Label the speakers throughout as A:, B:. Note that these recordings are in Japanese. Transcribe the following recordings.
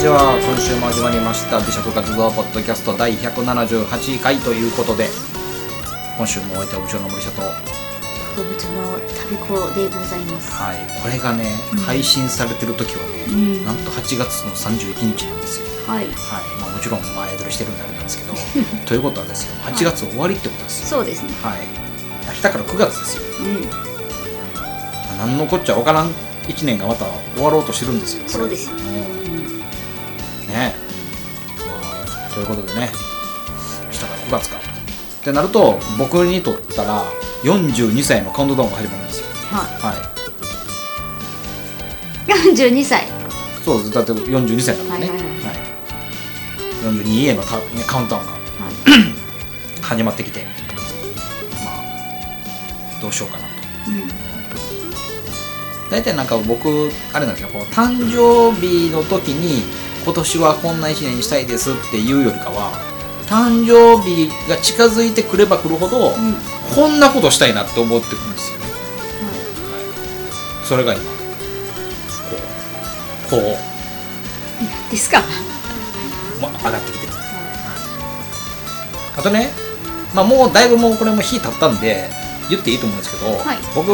A: ちは今週も始まりました美食活動ポッドキャスト第178回ということで今週もお相手は部長の森下とは
B: 動物の旅子でございます。
A: いこれがね、
B: うん
A: 配信されてる時はね、
B: うん
A: なんと8月の31日なんですよ
B: はい。
A: はい、まあ、もちろん前撮りしてるんであれなんです けどということはですよ8月終わりってことですよ
B: そうですね。
A: はい明日から9月ですよ
B: うん。
A: まあ何のこっちゃわからん1年がまた終わろうとしてるんですよこれ
B: そうですね。
A: うん
B: うん
A: ねまあ、ということでね明日から9月かってなると僕にとったら42歳のカウントダウンが始まるんですよ
B: は
A: はい
B: い。四 十二歳。
A: そうですだって42歳なんでね、
B: はいはい
A: はい42へのた、ね、カウントダウンが
B: は
A: 始まってきてまあどうしようかなと
B: い。うん。
A: 大体なんか僕あれなんですよこう誕生日の時に今年はこんな一年にしたいですっていうよりかは誕生日が近づいてくればくるほど、
B: うん。は
A: こんなことしたいなって思ってくるんですよね、それが今こうこ
B: い。なんですか。は
A: う、ま、上がってきてるあとね、まあ、もうだいぶもうこれも日経ったんで言っていいと思うんですけど、
B: はい
A: 僕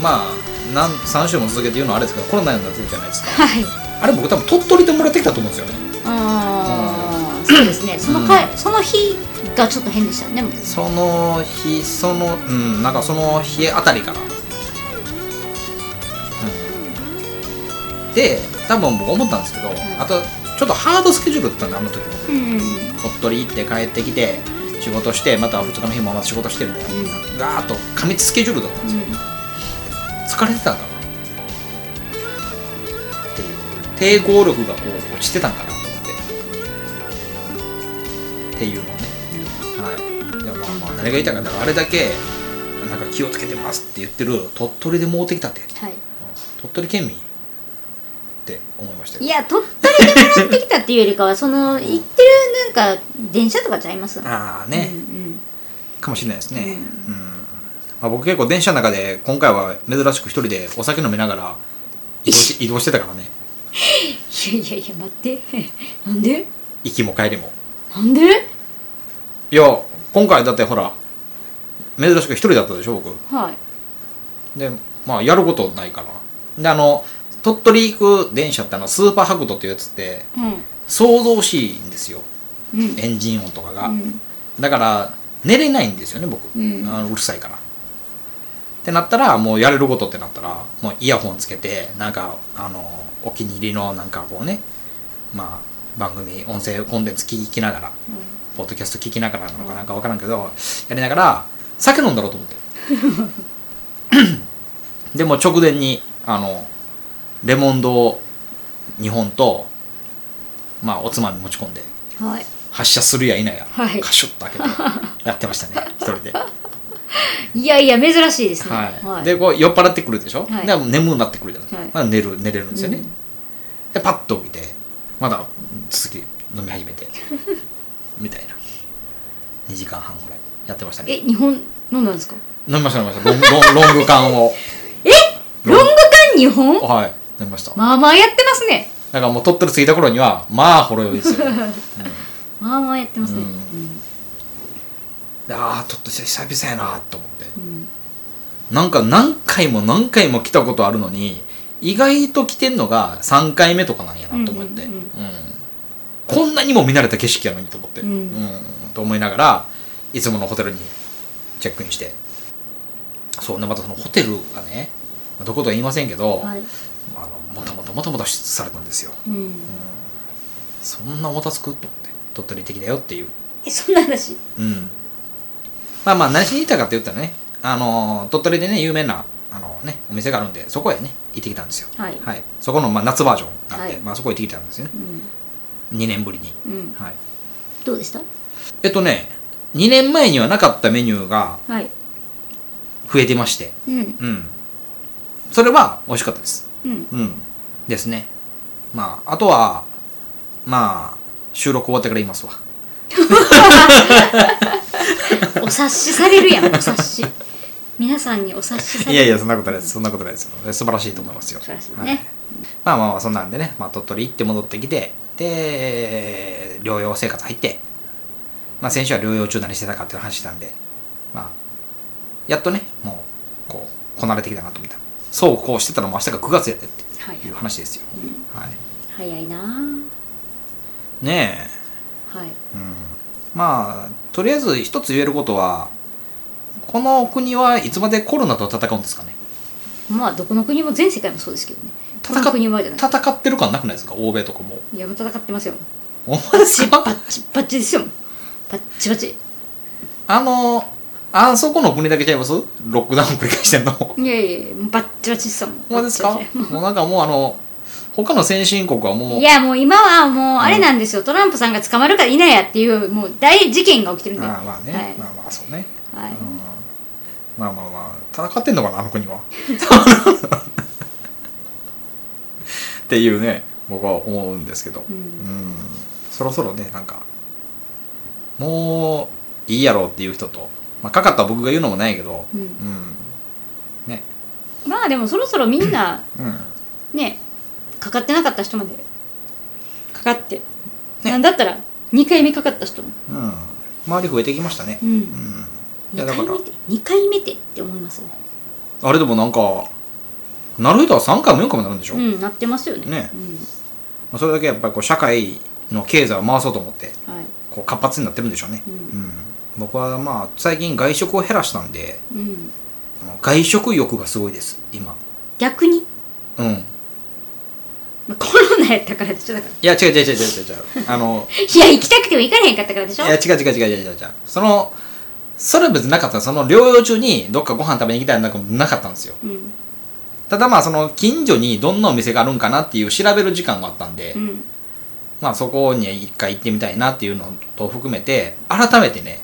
A: まあなん3週も続けて言うのはあれですけどコロナになってるじゃないですか
B: い。
A: あれ僕多分鳥取でもらってきたと思うんですよね
B: ああ。そうですね。その回、その日がちょっと変でしたね。もう
A: その日そのうんなんかその日あたりかな、うん、で多分僕思ったんですけど、あとちょっとハードスケジュールだったんであの時僕
B: うん。
A: 鳥取行って帰ってきて仕事してまた2日の日もまた仕事してみたいな、ガーッと過密スケジュールだったんですよ、疲れてたんかなっていう抵抗力がこう落ちてたんかなと思ってっていうのをねはいいやまあまあ何が言いたいかったらあれだけなんか気をつけてますって言ってる鳥取でもうてきたって
B: はい。
A: 鳥取県民って思いましたよ
B: いや鳥取で戻ってきたっていうよりかはその行ってるなんか電車とかちゃいます。
A: ああね、
B: うん
A: かもしれないですね、うんまあ、僕結構電車の中で今回は珍しく一人でお酒飲みながら移動し移動してたからね
B: うん。いやいやいや待って。 なんで？
A: 行きも帰りも
B: なんで？
A: いや今回だってほら珍しく一人だったでしょ僕
B: はい。
A: でまあやることないからであの鳥取行く電車ってあのスーパーハクトっていうやつって
B: う
A: 騒々しいんですよ
B: ん。うん。
A: エンジン音とかが、
B: うん
A: だから寝れないんですよね僕、
B: うん
A: あのうるさいからってなったらもうやれることってなったらもうイヤホンつけてなんかあのお気に入りのなんかこうねまあ番組音声コンテンツ聞きながらポッドキャスト聞きながらなのかなんか分からんけどやりながら酒飲んだろうと 思ってでも直前にあのレモンド2本とまあおつまみ持ち込んで
B: はい。
A: 発射するや否や、
B: はい
A: カシュッと開けてやってましたね一人で、
B: いやいや珍しいですね。
A: はい
B: はい。
A: でこう酔っ払ってくるでしょ、
B: はい
A: で眠くなってくるじゃない、
B: はい
A: まあ、寝る寝れるんですよね、
B: うん
A: でパッと起きてまだ続き飲み始 めてみたいな2時間半ぐらいやってました
B: え
A: ね
B: 日本飲んだんですか。
A: 飲みました飲みましたロンロンロング缶を
B: えロング缶日本？
A: はい飲みました
B: まあまあやってますね。
A: だからもう鳥取着いた頃にはまあほろ酔いですよ
B: まあまあやってますね。
A: う
B: うんん。
A: でああちょっと久々やなと思って
B: うん
A: なんか何回も何回も来たことあるのに意外と来てんのが3回目とかなんやなと思って、
B: うんうんうん
A: こんなにも見慣れた景色やのにと思って、
B: うん
A: と思いながらいつものホテルにチェックインしてそうねまたそのホテルがねまあどことは言いませんけど、
B: はい。
A: あのもたもたもたもたされたんですよ
B: うん。
A: そんなもたつくと思って鳥取的だよっていう
B: えそんな話。
A: うん。まあまあ、何しに行ったかって言ったらね、あのー、鳥取でね、有名な、あのね、お店があるんで、そこへね、行ってきたんですよ。
B: はい。
A: はい。そこの、まあ、夏バージョンがあって、
B: はい
A: まあ、そこへ行ってきたんですよね
B: う。ん
A: 2年ぶりに。
B: うん。
A: はい。
B: どうでした？
A: えっとね、2年前にはなかったメニューが
B: はい。
A: 増えてまして、
B: うん
A: うん。それは美味しかったです。
B: うん
A: うん。ですね。まあ、あとは、まあ、収録終わってから言いますわ。
B: お察しされる やんお察し。皆さんにお察しされる。
A: いやいや、そんなことないです。そんなことないですよ。素晴らしいと思いますよ。
B: 素晴らしい
A: はい
B: ね。
A: まあまあまあそんなんでね、まあ、鳥取行って戻ってきてで療養生活入って、まあ、先週は療養中何してたかっていう話したんで、まあ、やっとねもうこうこなれてきたなと思ったそうこうしてたのも明日が9月やでって
B: はい
A: いう話ですよ、はい、
B: 早いなぁ
A: ねえ
B: はい
A: うんまあとりあえず一つ言えることはこの国はいつまでコロナと戦うんですかね
B: まあどこの国も全世界もそうですけどね
A: 戦
B: この国はじゃない
A: 戦ってる感なくないですか欧米とかも
B: いやもう戦ってますよ
A: お前です
B: パ
A: か
B: ッチパッチですよパッチパチ
A: あのあそこの国だけちゃいますロックダウン繰り返して んのほ
B: いやいやもうパッチパチですよも
A: んまですか
B: パッチパチ
A: もうなんかもうあの他の先進国はもう
B: いやもう今はもうあれなんですよ、トランプさんが捕まるか否やっていうもう大事件が起きてるんで
A: ああまあね、
B: はい
A: まあまあそうね、
B: はい
A: うんまあまあまあ戦ってんのかなあの国はっていうね僕は思うんですけど、
B: うん
A: うんそろそろねなんかもういいやろうっていう人と、まあ、かかった僕が言うのもないけど、
B: うん
A: うんね
B: まあでもそろそろみんな
A: うん
B: ねかかってなかった人までかかって、
A: ね
B: なんだったら2回目かかった人も、
A: うん周り増えてきましたね
B: う、
A: うん
B: ん、
A: い
B: 2
A: やだ
B: 回
A: から
B: 目って2回目ってって思いますね
A: あれでもなんかなる人は3回も4回もなるんでしょ、
B: う
A: ま
B: んなってますよね
A: ね
B: う
A: あそれだけやっぱりこう社会の経済を回そうと思って
B: ん、はい
A: こう活発になってるんでしょうね、
B: うん
A: 僕はまあ最近外食を減らしたんで
B: うん、
A: あの外食欲がすごいです今
B: 逆に
A: うん
B: まあコロナやったからでしょだから
A: いや違う違う違う違う違うあの
B: いや行きたくても行かれへんかったからでし
A: い
B: ょ
A: や違う違う違う違う違う違うそのそれは別になかったその療養中にどっかご飯食べに行きたいなんかもなかったんですよ
B: うん
A: ただまあその近所にどんなお店があるんかなっていう調べる時間があったんで、
B: うん
A: まあそこに一回行ってみたいなっていうのと含めて改めてね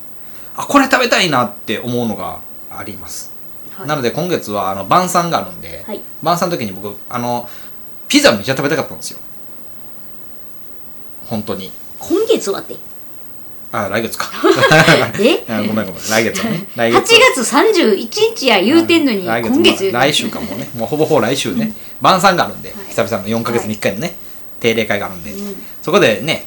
A: あこれ食べたいなって思うのがあります
B: はい
A: なので今月はあの晩餐があるんで、
B: はい
A: 晩餐の時に僕あのピザめっちゃ食べたかったんですよ本当に
B: 今 月はって
A: あ来月 か
B: え
A: あごめんごめん来月 はね来
B: 8
A: 月
B: 月31日や言うてんのに
A: 来
B: 今月言うてんの
A: まあ来週かもねもうほぼほぼ来週ね、晩餐があるんで、
B: はい
A: 久々の4か月に1回のね、定例会があるんで、
B: うん
A: そこでね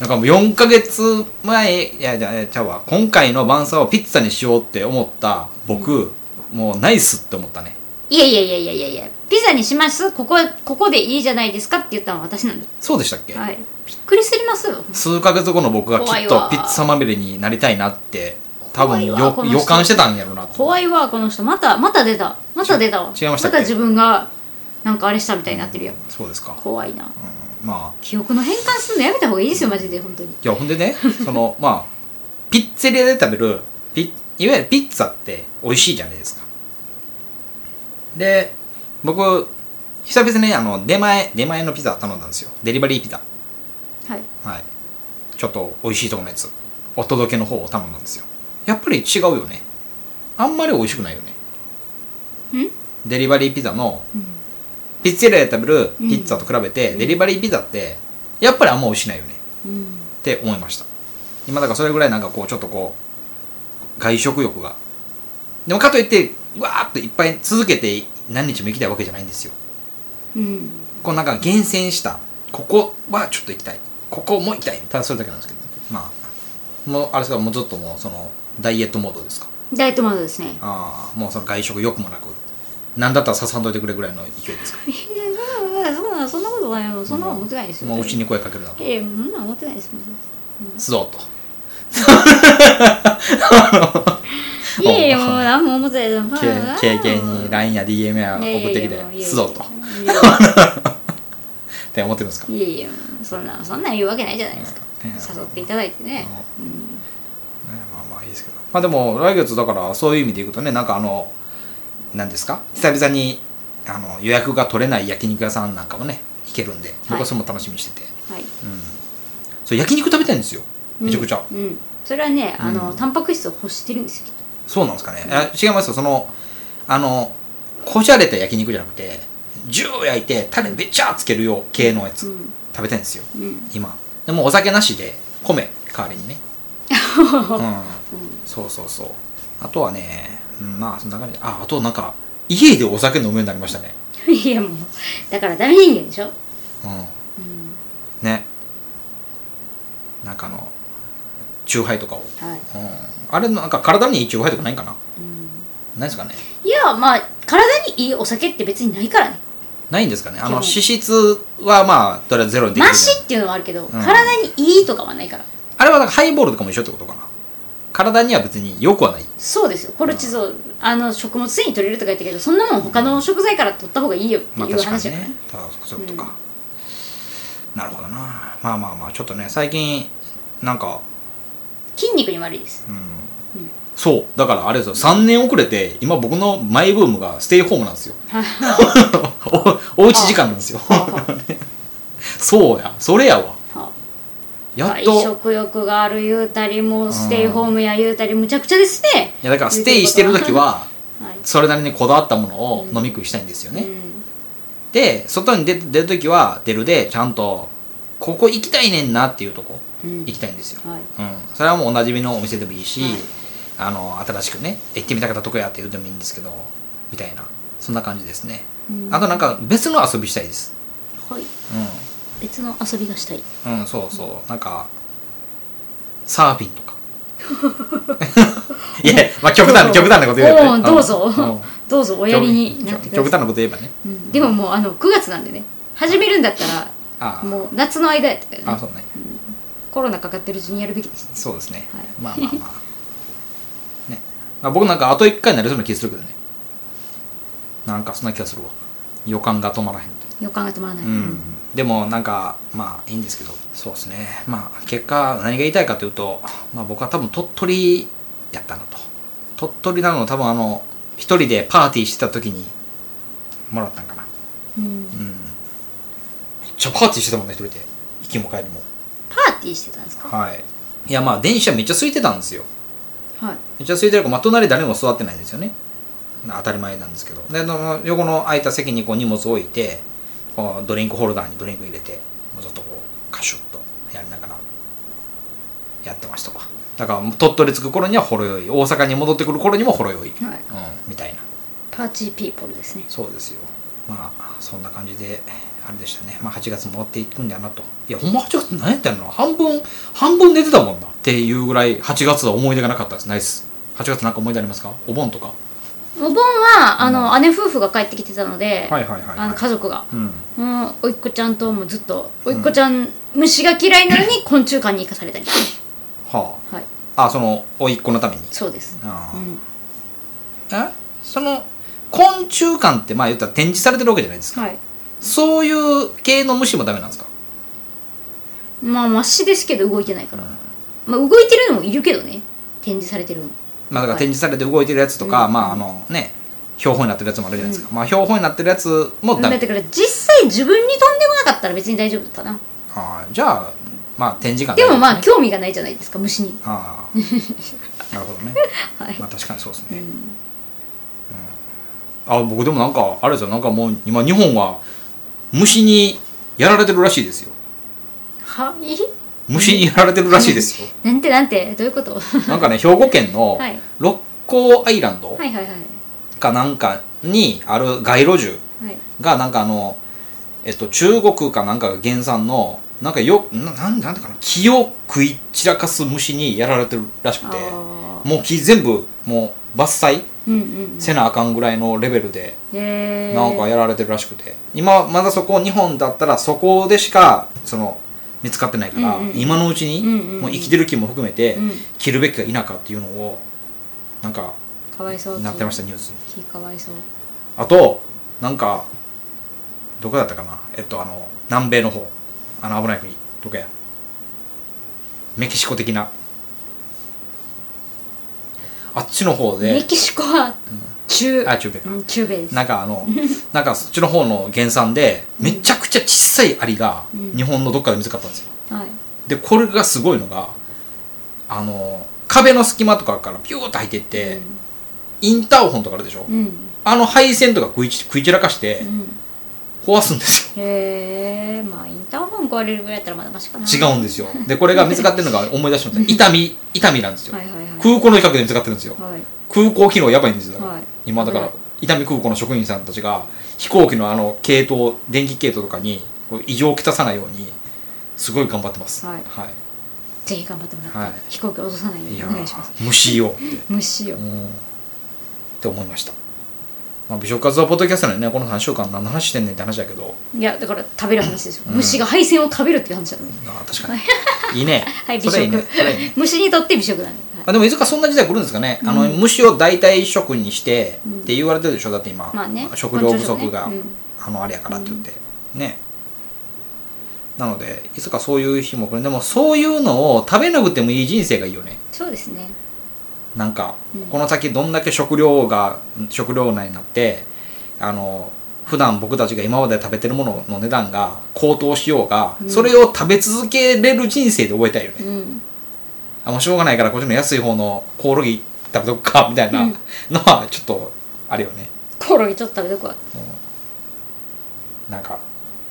A: なんかもう4か月前いやいやいやちゃうわ今回の晩餐をピッツァにしようって思った僕、もうナイスって思ったね
B: いやいやいやいやいやいやピザにしますここここでいいじゃないですかって言ったのは私なんで
A: そうでしたっけ、
B: はいびっくりすりますよ
A: 数ヶ月後の僕がき
B: 怖
A: っ
B: い
A: と
B: わ
A: ピッツァまみれになりたいなって多分よ
B: 怖いわこの人
A: 予感してたんやろうなと
B: 怖いわこの人またまた出たまた出たわ
A: 違いましたっけ
B: た自分がなんかあれしたみたいになってるやん
A: そうですか、
B: 怖いな
A: うん、まあ
B: 記憶の変換するのやめた方がいいですよマジで本当に
A: いやほんでねその まあピッツェリアで食べるピいわゆるピッツァって美味しいじゃないですかで僕久々にねあの出前出前のピザ頼んだんですよデリバリーピザ
B: はい
A: はいちょっと美味しいとこのやつお届けの方を頼んだんですよやっぱり違うよねあんまり美味しくないよね
B: ん
A: デリバリーピザの
B: うん
A: ピッツェリアで食べるピッツァと比べて、デリバリーピザってやっぱりあんま美味しないよね
B: うん
A: って思いました今だからそれぐらいなんかこうちょっとこう外食欲がでもかといってわーっといっぱい続けて何日も行きたいわけじゃないんですよ
B: うん
A: こうなんか厳選したここはちょっと行きたいここも行きたいただそれだけなんですけどまあもうあれですかもうずっともうそのダイエットモードですか
B: ダイエットモードですね
A: ああもうその外食欲もなく何だったらささんどいてくれぐらいの勢いですか
B: いやそんなそんなことないよそんなこと思ってないですよ
A: もううちに声かけるなと
B: ええそんな思ってないですもん
A: 須藤と
B: いやいやもう何も思ってないです
A: け経験に LINE や DM や送ってきて須藤とって思ってるんですか
B: いやいやそんなそんなん言うわけないじゃないですか
A: ね
B: 誘っていただいてね
A: ねまあまあいいですけどまあでも来月だからそういう意味でいくとねなんかあの何ですか久々にあの予約が取れない焼肉屋さんなんかもね行けるんで僕はそれも楽しみにしてて、
B: はい
A: うんそう焼肉食べたいんですよめちゃくちゃ、
B: うんうんそれはねあ
A: う
B: の
A: ん
B: タンパク質を欲してるんですよ
A: そうなんですかね、あ違いますよそのあのこじゃれた焼肉じゃなくてジュー焼いてタレべちゃーつけるよう系のやつ、
B: うん
A: 食べたいんですよ
B: うん
A: 今でもお酒なしで米代わりにねうんそうそうそうあとはね、うん、まあそんな感じああとなんか家でお酒飲むようになりましたね
B: うんいやもうだからダメ人間でしょ
A: うん
B: うん
A: ねなんかあのチューハイとかを、
B: はい
A: うん、あれなんか体にいいチューハイとかないんかな
B: うん
A: ないですかね
B: いやまあ体にいいお酒って別にないからね
A: ないんですかねあの
B: 基本
A: 脂質はまあとりあえずゼロにでき
B: マ
A: るじゃん
B: シっていうのはあるけど、体にいいとかはないから
A: あれはなんかハイボールとかも一緒ってことかな体には別に良くはない
B: そうですよコルチゾール、あの食物繊維取れるとか言ったけどそんなもん他の食材から取った方がいいよって
A: まあ
B: いう
A: 確かに
B: 話だから
A: ね
B: ね,、
A: ただそういうことか、なるほどなまあまあまあちょっとね最近なんか
B: 筋肉に悪い です
A: うん、そうだからあれですよ3年遅れて今僕のマイブームがステイホームなんです よおおうち時間なんですよ
B: は
A: そうやそれやわ
B: あはあ
A: やっ
B: はい
A: と
B: 食欲がある言うたりもうステイホームや言うたりむちゃくちゃですね、
A: いやだからステイしてる時は
B: はい
A: それなりにこだわったものを飲み食いしたいんですよね、
B: うん
A: で外に出出る時は出るでちゃんとここ行きたいねんなっていうとこ
B: うん
A: 行きたいんですよ、
B: はい
A: うん、それはもうおなじみのお店でもいいし、
B: はい
A: あの新しくね行ってみたかったとこやって言うでもいいんですけどみたいなそんな感じですね
B: うん
A: あとなんか別の遊びしたいです
B: はい別の遊びがしたい
A: うん、うん、そうそうなんかサーフィンとか いやまあ極端な極端なこと言えば、
B: お
A: ね、
B: ーどうぞ
A: うん
B: どうぞおやりになってくだ
A: 極
B: さ
A: 端なこ
B: い
A: と言えばね
B: うんでももうあの9月なんでね始めるんだった
A: あ
B: ら
A: あ
B: もう夏の間やったから
A: あ
B: ね
A: そうね
B: コロナかかってるうちにやるべきです
A: そうですね、
B: はい
A: まあまあまあね、まあ、僕なんかあと1回になりそうな気するけどねなんかそんな気がするわ予感が止まらへん
B: 予感が止まらない、
A: うん、でもなんかまあいいんですけどそうですねまあ結果何が言いたいかというと、まあ、僕は多分鳥取やったなと鳥取なの多分あの一人でパーティーしてた時にもらったんかな
B: うん
A: うんめっちゃパーティーしてたもんね一人で行きも帰りも
B: パーティーしてたんですか
A: はいいやまあ電車めっちゃ空いてたんですよ
B: はい
A: めっちゃ空いてるから、まあ、隣誰も座ってないんですよね当たり前なんですけどであの横の空いた席にこう荷物置いてこうドリンクホルダーにドリンク入れてもうちょっとこうカシュッとやりながらやってましたわだからもう鳥取着く頃にはほろ酔い大阪に戻ってくる頃にもほろ酔い、うん、
B: はい
A: みたいな
B: パーティーピーポルですね
A: そうですよまあそんな感じであれでしたねまあ8月も終わっていくんだなといやほんま8月何やったんやろな半分半分寝てたもんなっていうぐらい8月は思い出がなかったですナイス8月なんか思い出ありますかお盆とか
B: お盆はあの、姉夫婦が帰ってきてたので、
A: はいはいはいはい
B: あの家族が
A: うん
B: もうおいっ子ちゃんともうずっとおいっ子ちゃん、虫が嫌いなのに昆虫館に行かされたり
A: は
B: はい
A: ああその甥いっ子のために
B: そうです、
A: あ
B: う
A: あ、
B: ん、
A: えその昆虫館ってまあ言ったら展示されてるわけじゃないですか
B: はい
A: そういう系の虫もダメなんですか
B: まあマシですけど動いてないから、まあ動いてるのもいるけどね展示されてるの
A: まあ、だから展示されて動いてるやつとか、
B: うん
A: まああのね標本になってるやつもあるじゃないですか、まあ標本になってるやつもダ
B: だ
A: メ
B: から実際自分に飛んでこなかったら別に大丈夫かな
A: ああじゃあまあ展示館
B: でもまあ
A: 日
B: 興味がないじゃないですか虫に
A: ああなるほどね
B: はい、
A: まあ確かにそうです
B: う
A: ね、
B: ん
A: あ僕でもなんかあれですよなんかもう今日本は虫にやられてるらしいですよ
B: はい
A: 虫にやられてるらしいですよ
B: なんてなん てどういうことは
A: なんかね兵庫県の
B: はい
A: 六甲アイランド
B: いはいはい
A: かなんかにある街路樹
B: はい
A: がなんかあの、えっと、中国かなんかが原産のなんかよななんなんだかな木を食い散らかす虫にやられてるらしくて
B: ああ
A: もう木全部もう伐採
B: うんうん
A: せなあかんぐらいのレベルで
B: へえ
A: なんかやられてるらしくて今まだそこ日本だったらそこでしかその見つかってないから、
B: うんうん
A: 今のうちに、
B: うんうんうん
A: もう生きてる木も含めて、
B: うん
A: 切るべきか否かっていうのをなんか
B: かわいそう
A: なってましたたニュースに
B: 木かわいそう
A: あとなんかどこだったかなえっとあの南米の方あの危ない国どこやメキシコ的なあっちの方
B: メ
A: で
B: キシコは中
A: あ中米か
B: うん中米です
A: なんかあのなんかそっちの方の原産でめちゃくちゃ小さいアリが
B: うん
A: 日本のどっかで見つかったんですよ
B: はい
A: でこれがすごいのがあの壁の隙間とかからピューッと入ってって、インターホンとかあるでしょ、
B: うんうん
A: あの配線とか食いち食い散らかして
B: うん
A: 壊すんですよ
B: へえまあインターホン壊れるぐらいだったらまだマシかな
A: 違うんですよでこれが見つかってるのが思い出しました痛み痛みなんですよ、
B: はいはいはい
A: 空港の近くで見つかってるんですよ
B: はい
A: 空港機能やばいんですよ、だから
B: はい
A: 今だか
B: は
A: ら
B: い
A: 伊丹空港の職員さんたちが飛行機のあの系統電気系統とかにこう異常をきたさないようにすごい頑張ってます
B: はい
A: はい、
B: ぜひ頑張ってもらって、
A: はい
B: 飛行機を落とさないよう
A: い
B: に
A: や
B: お願いします
A: ー無視ようって
B: 虫よ
A: うんって思いました、まあ、美食活動ポッドキャストでねこの3週間何の話してんねんって話だけど
B: いやだから食べる話ですよ、
A: うん
B: 虫が配線を食べるっていう話なのね
A: あー確か にいいね、
B: はい美
A: そ
B: 食
A: れいいねそれいいね
B: 虫にとって美食なの、はい
A: あでもいつかそんな時代来るんですかね、あの虫を代替食にして
B: うん
A: って言われてるでしょだって今、
B: まあね
A: 食料不足が、
B: まあ徐々にね
A: あのあれやからって言って、ねなのでいつかそういう日も来るでもそういうのを食べなくてもいい人生がいいよね
B: そうですね
A: なんか、
B: うん
A: この先どんだけ食料が食料内になってあの普段僕たちが今まで食べてるものの値段が高騰しようが、
B: うん
A: それを食べ続けれる人生で終えたいよね、
B: うん
A: あもうしょうがないからこっちの安い方のコオロギ食べとくかみたいな
B: う
A: の
B: ん
A: はちょっとあれよね、
B: コオロギちょっと食べとくわ
A: うんなんか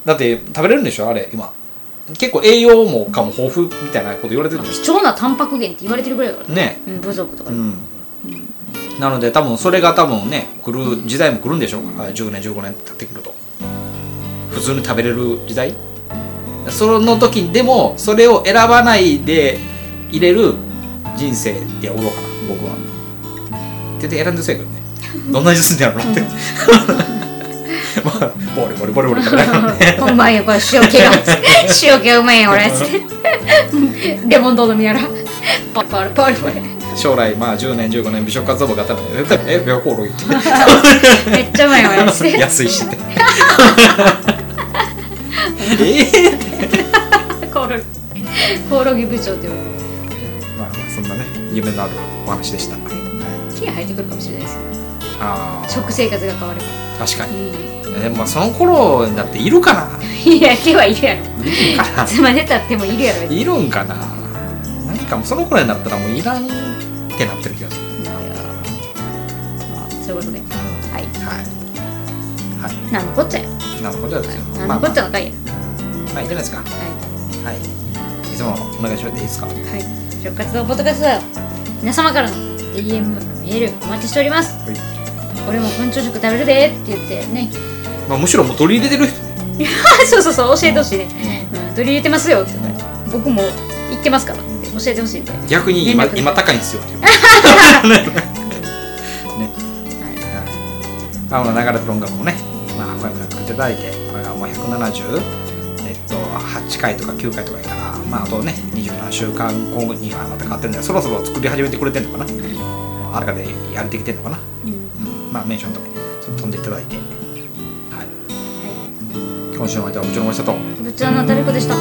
A: だって食べれるんでしょあれ今結構栄養もかも豊富みたいなこと言われてるんでし
B: 貴重なタンパク源って言われてるぐらいだから
A: ょね
B: うん部族とか
A: う
B: で、
A: んなので多分それが多分ね来る時代も来るんでしょうから10年15年経ってくると普通に食べれる時代その時にでもそれを選ばないで入れる人生でおろうかな僕は全然選んでそうやけ どねどんな味すんねやろなって まあボリボリボリボリ食べながらね
B: うまいよこれ塩気が塩気がうまいよ俺つってレモンドード見ながらパルパルパルパル
A: 将来まあ10年15年美食活動部があったら絶対えベアコール言って
B: めっちゃうまいよ俺つって
A: 安いしってええ
B: コオロギコオロギ部長って呼ぶ
A: まあまあそんなね夢のあるお話でした
B: 木が生えてくるかもしれないですよ
A: ああ
B: 食生活が変われば、
A: 確か
B: う
A: に
B: ん、
A: でもまあその頃になっているかない
B: や木はいるやろ
A: いるかな
B: つまでたってもいるやろい
A: いるんかな何かもうその頃になったらもういらんってなってる気がする
B: やまあそういうことではい
A: はいはい
B: なんのこっちゃや
A: なるほどですよ
B: なん
A: まあ
B: のこ
A: まあ
B: っちゃの回や
A: まあいいんじゃないですかは
B: はい
A: いいつものお願いしますいいですか
B: はい食活動ポッドキャストだよ皆様からの DM メールお待ちしております俺も昆虫食食べるでって言ってね
A: まあむしろもう取り入れてる
B: あ そうそうそう教えてほしいね、うん、取り入れてますよって言った
A: 人
B: ら僕も行ってますからって教えてほしいんで、は
A: 逆に今
B: 連絡
A: 今高いんですよっていう ねはい青の流れてる音楽もね、まあ、こうやってやっていただいてこれがもう170、えっと、8回とか9回とかやから、まあ、あとね27週間後にはまた買ってるんでそろそろ作り始めてくれてるのかなあらかでやれてきてるのかな、
B: うん
A: うんまあメンションとかにちょっと飛んでいただいて、はい、
B: は
A: 今週のお相手はもちろんおいしたと
B: い、部長のたるこでした